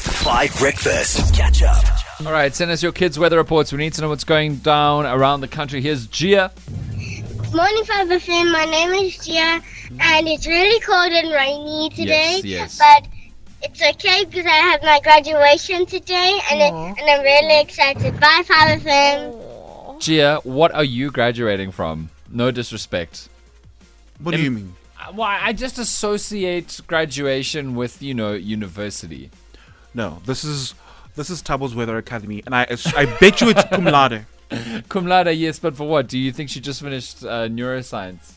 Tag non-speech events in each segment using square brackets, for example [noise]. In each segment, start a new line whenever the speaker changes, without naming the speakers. Five Breakfast. Catch up.
All right, send us your kids' weather reports. We need to know what's going down around the country. Here's Gia.
Morning, 5FM. My name is Gia, and it's really cold and rainy today.
yes.
But it's okay because I have my graduation today, and, it, and I'm really excited. Bye, 5FM.
Gia, what are you graduating from? No disrespect.
What do you mean?
Uh, Well, I just associate graduation with, you know, university.
No, this is this is Tabo's Weather Academy, and I I bet you it's cum laude.
Cum laude, yes, but for what? Do you think she just finished uh, neuroscience?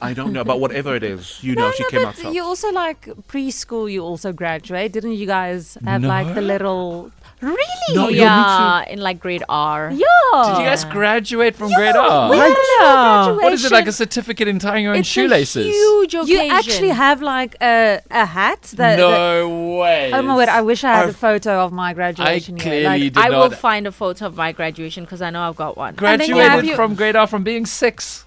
I don't know, but whatever it is, you know,
No,
she
no,
came
but
out top.
you also like preschool. You also graduate, didn't you guys have like the little really?
No, yeah, me
yeah, in like grade R. Yeah.
Did you guys graduate from grade R?
we had a little graduation.
What is it, like a certificate in tying your own
It's a
shoelaces?
huge occasion.
You actually have like a, a hat that. that-
no way.
uh, oh my word! I wish I had a
I've-
photo of my graduation. year.
clearly
Like,
did
I will
not-
find a photo of my graduation because I know I've got one.
then you have
Graduated
your-
from grade R from being six.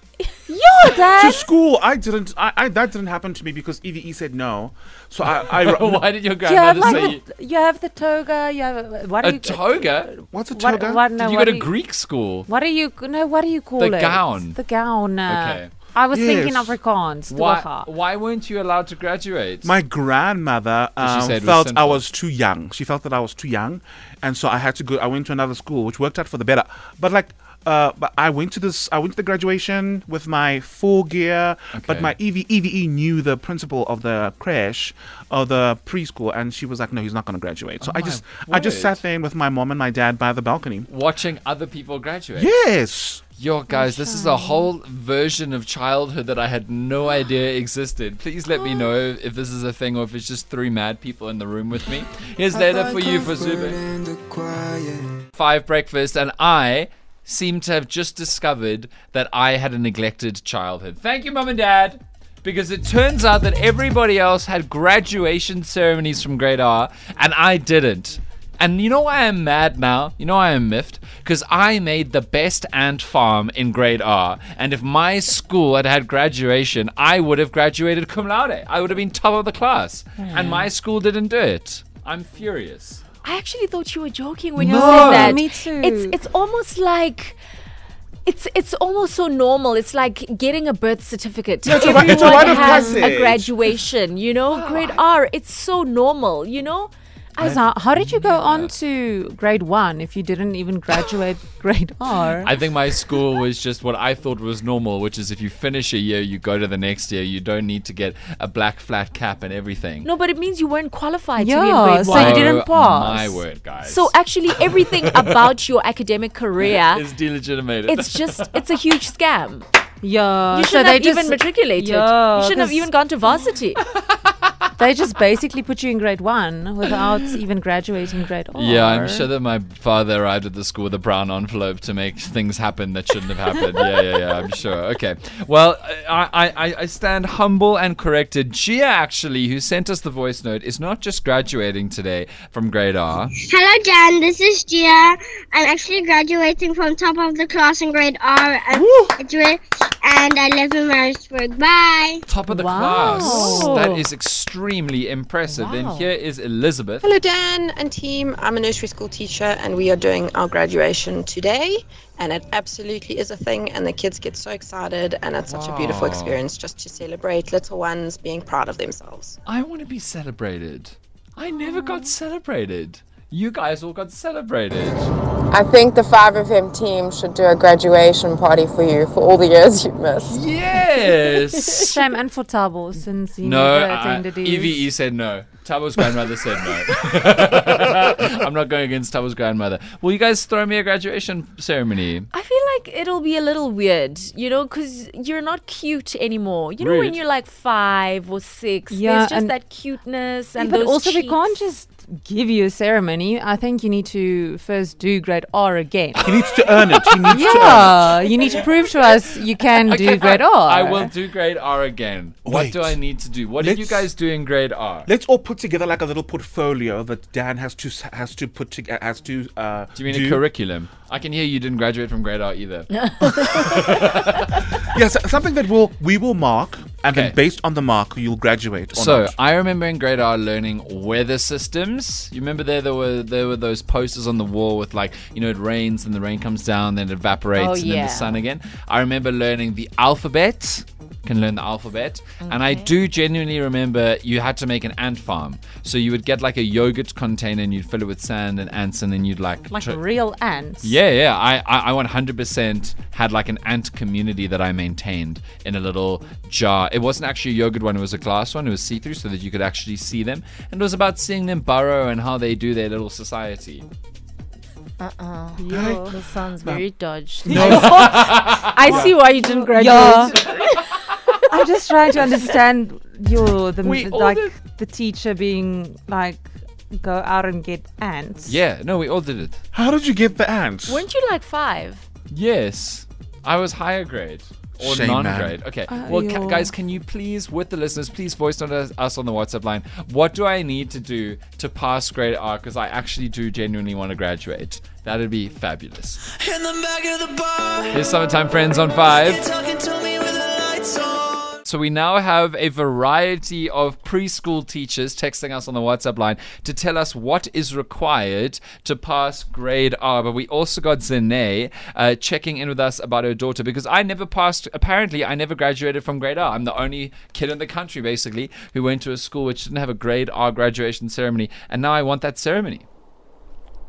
your
to
oh, dad.
school, I didn't. I, I that didn't happen to me because EVE said no. So I, [laughs] I
Why did your
You have
grandmother
like
say you-
a, you have the toga. You have a, what do
a
you
toga?
what's a
what,
toga?
what- no,
Did you
what
go to
do
Greek school?
What do you no? What do you call it?
gown.
The gown. uh,
Okay.
I was thinking
Yes.
Afrikaans.
Why,
toga.
why weren't you allowed to graduate?
My grandmother um,
said it was
felt I
sinful.
was too young. She felt that I was too young, and so I had to go. I went to another school, which worked out for the better. But like, uh, but I went to this. I went to the graduation with my full gear.
Okay.
But my E EV, EVE knew the principal of the crash of the preschool, and she was like, "No, he's not going to graduate." So I
Oh my
just, I just
word.
sat there with my mom and my dad by the balcony.
Watching other people graduate.
Yes.
Yo, guys, this is a whole version of childhood that I had no idea existed. Please let me know if this is a thing or if it's just three mad people in the room with me. Here's later for you for Zubin. Five breakfast, and I seem to have just discovered that I had a neglected childhood. Thank you, mum and dad. Because it turns out that everybody else had graduation ceremonies from grade R, and I didn't. And you know why I'm mad now? You know why I'm miffed? Because I made the best ant farm in grade R. And if my school had had graduation, I would have graduated cum laude. I would have been top of the class. And my school didn't do it. I'm furious.
I actually thought you were joking when
No.
you said that.
Me too.
It's it's almost like it's it's almost so normal. It's like getting a birth certificate.
it's a ri- it's a
Everyone
rite of
has a
passage.
graduation, you know, grade R. It's so normal, you know.
Guys, how, how did you go on to grade one if you didn't even graduate [laughs] grade R?
I think my school was just what I thought was normal, which is if you finish a year, you go to the next year. You don't need to get a black flat cap and everything. Oh,
No, but it means you weren't qualified to be in
Yeah,
grade
so
one.
you didn't pass.
My word, guys.
So actually, everything about your academic career.
it's delegitimated. [laughs]
It's just, it's a huge scam.
yeah,
You
so
shouldn't
they
have
just,
even matriculated.
Yeah,
you shouldn't have
'cause
even gone to varsity.
They just basically put you in grade one without [laughs] even graduating grade R.
yeah, I'm sure that my father arrived at the school with a brown envelope to make things happen that shouldn't have happened. yeah, yeah, yeah, I'm sure. Okay. Well, I, I, I- I stand humble and corrected. Gia, actually, who sent us the voice note, is not just graduating today from grade R.
Hello, Jan. This is Gia. I'm actually graduating from top of the class in grade R. And, it's re- and I live in Maritzburg. Bye.
top of the
Wow.
class. That is extremely impressive. And here is Elizabeth.
Hello, Dan and team. I'm a nursery school teacher, and we are doing our graduation today. And it absolutely is a thing, and the kids get so excited, and it's such a beautiful
Wow.
experience just to celebrate little ones being proud of themselves.
I want to be celebrated. I never got celebrated. You guys all got celebrated.
I think the five of him team should do a graduation party for you for all the years you've missed.
Yes.
[laughs] Shame and for Tabo since he
No,
never
I,
attended his-
EVE said no. Tabo's grandmother said no.
[laughs]
I'm not going against Tabo's grandmother. Will you guys throw me a graduation ceremony?
[laughs] I feel like it'll be a little weird, you know, because you're not cute anymore. You know, when
Rude.
you're like five or six,
Yeah,
there's just
and-
that cuteness and
but
those
also we
cheeks.
can't just give you a ceremony. I think you need to first do grade R again.
He needs to earn it. He [laughs] needs to earn it.
yeah, you need to prove to us you
[laughs]
can do grade R.
I will do grade R again. What do
Wait.
I need to do? What did you
Let's-
guys do in grade R?
Let's all put together like a little portfolio that Dan has to s- has to put together has to. Uh,
Do you mean a curriculum? I can hear you didn't graduate from grade R either.
Yes, something that will we will mark and
Okay.
then based on the mark, you'll graduate. Or
So
not.
I remember in grade R learning weather systems. You remember there there were there were those posters on the wall with like you know it rains and the rain comes down then it evaporates
Oh,
and then
yeah.
the sun again. I remember learning the alphabet. Can learn the alphabet, and I do genuinely remember you had to make an ant farm. So you would get like a yogurt container and you'd fill it with sand and ants, and then you'd like
Like
tr-
real ants.
yeah, yeah. I, I, I 100% had like an ant community that I maintained in a little jar. It wasn't actually a yogurt one, it was a glass one. It was see through so that you could actually see them. And it was about seeing them burrow and how they do their little society.
Oh, This sounds very dodged.
[laughs]
I see why you didn't graduate.
Yeah. [laughs] I'm just trying to understand your the
We all
like
did.
the teacher being like go out and get ants.
Yeah, no, we all did it.
how did you get the ants?
Weren't you like five?
Yes. I was higher grade. Or
Shame, man.
non-grade. Okay. well, ca- guys, can you please, with the listeners, please voice note us, us on the WhatsApp line. What do I need to do to pass grade R? Because I actually do genuinely want to graduate. That'd be fabulous.
In the back of the bar,
Here's Summertime Friends on 5.
talking to me with the lights on.
So we now have a variety of preschool teachers texting us on the WhatsApp line to tell us what is required to pass grade R. But we also got Zene uh, checking in with us about her daughter because I never passed, apparently, I never graduated from grade R. I'm the only kid in the country, basically, who went to a school which didn't have a grade R graduation ceremony. And now I want that ceremony.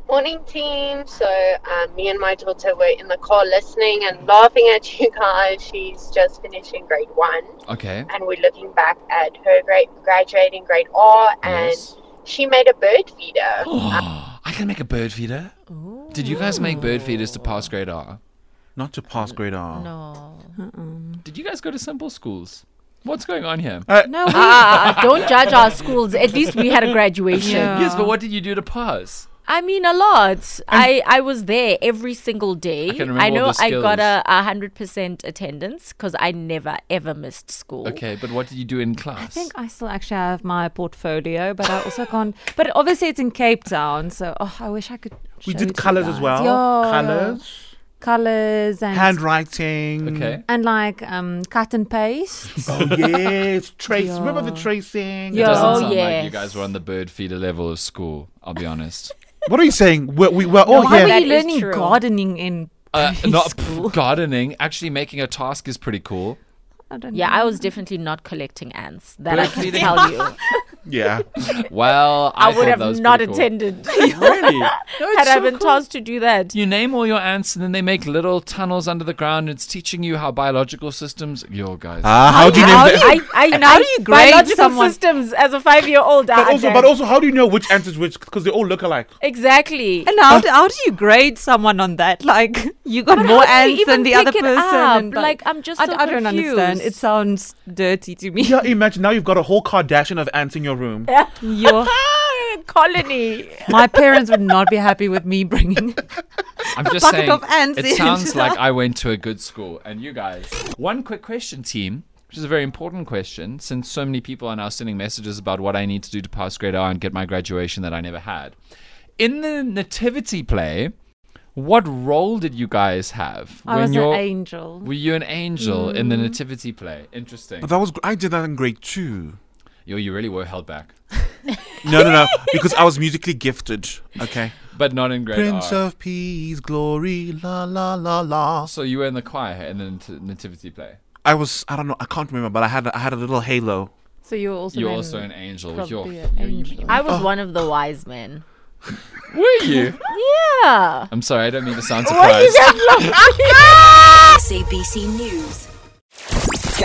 Morning, team. So, um, me and my daughter were in the car listening and laughing at you guys. She's just finishing grade one,
Okay.
and we're looking back at her grade, graduating grade R, and
Yes. [gasps]
she made a bird feeder.
I can make a bird feeder. Did you guys make bird feeders to pass grade R?
Not to pass grade R.
[laughs] No.
Did you guys go to simple schools? What's going on here?
Uh,
No, we,
Ah, don't judge our schools. At least we had a graduation.
Yes, but what did you do to pass?
I mean, a lot. I, I was there every single day.
I can remember all
know
the
I got
skills.
a a hundred percent attendance because I never ever missed school.
Okay, but what did you do in class?
I think
I,
I still actually have my portfolio, but I also can't. But obviously, it's in Cape Town, so oh, I wish I could.
We
show it
did
to you
colors as
guys.
well.
Yeah.
Colors,
colors and
handwriting.
okay.
and like um, cut and paste.
Oh yes, trace. Remember the tracing?
Yeah.
Doesn't
Oh,
sound like you
yes.
guys were on the bird feeder level of school. I'll be
[laughs]
honest.
What are you saying? We're, we were all
Why
here.
were
That
you
is
learning
true.
gardening in? [laughs]
Uh, not gardening. Actually, making a task is pretty cool.
I don't
Yeah,
know.
I was definitely not collecting ants. That I
Bird
can
feeding.
tell you.
Yeah.
Well, I,
[laughs] I, would
thought
have
that was
not
pretty cool.
attended
Really?
[laughs] had I been tasked to do that.
You name all your ants, and then they make little tunnels under the ground. It's teaching you how biological systems. Yo, guys.
Ah, how do you
How
name
do
that?
you, I, I,
And how do
I-
you grade
biological
someone?
systems as a five-year-old? [laughs]
But also, but also, how do you know which ants is which? Because they all look alike.
exactly.
And how do, how do you grade someone on that? [laughs] Like you got more
Uh, how do you
ants than
even
the other
pick it
person.
up?
and,
Like, I'm just
I,
so
I don't understand. It
confused.
sounds dirty to
[laughs]
me.
Yeah, imagine now you've got a whole Kardashian of ants in your room.
Your-
Ah, [laughs] colony.
my parents would not be happy with me bringing.
I'm just
bucket
saying.
of ants
it
into
sounds
the-
like
[laughs]
I went to a good school, and you guys. One quick question, team, which is a very important question, since so many people are now sending messages about what I need to do to pass grade R and get my graduation that I never had. In the nativity play, what role did you guys have
I was an
you're?
angel. Mm.
were you an angel in the nativity play? Interesting.
But that was I did that in grade two.
Yo, you really were held back,
No, no, no, because I was musically gifted. Okay.
but not in grade
Prince
R.
of Peace, glory, la la la la.
So you were in the choir in the nat- nativity play.
I was I don't know I can't remember, but I had a, I had a little halo.
So you were also
You're
then
also an angel.
probably
You're,
an angel.
I was one of the wise men.
were you?
Yeah.
I'm sorry, I don't mean to sound surprised.
[laughs]
SABC News.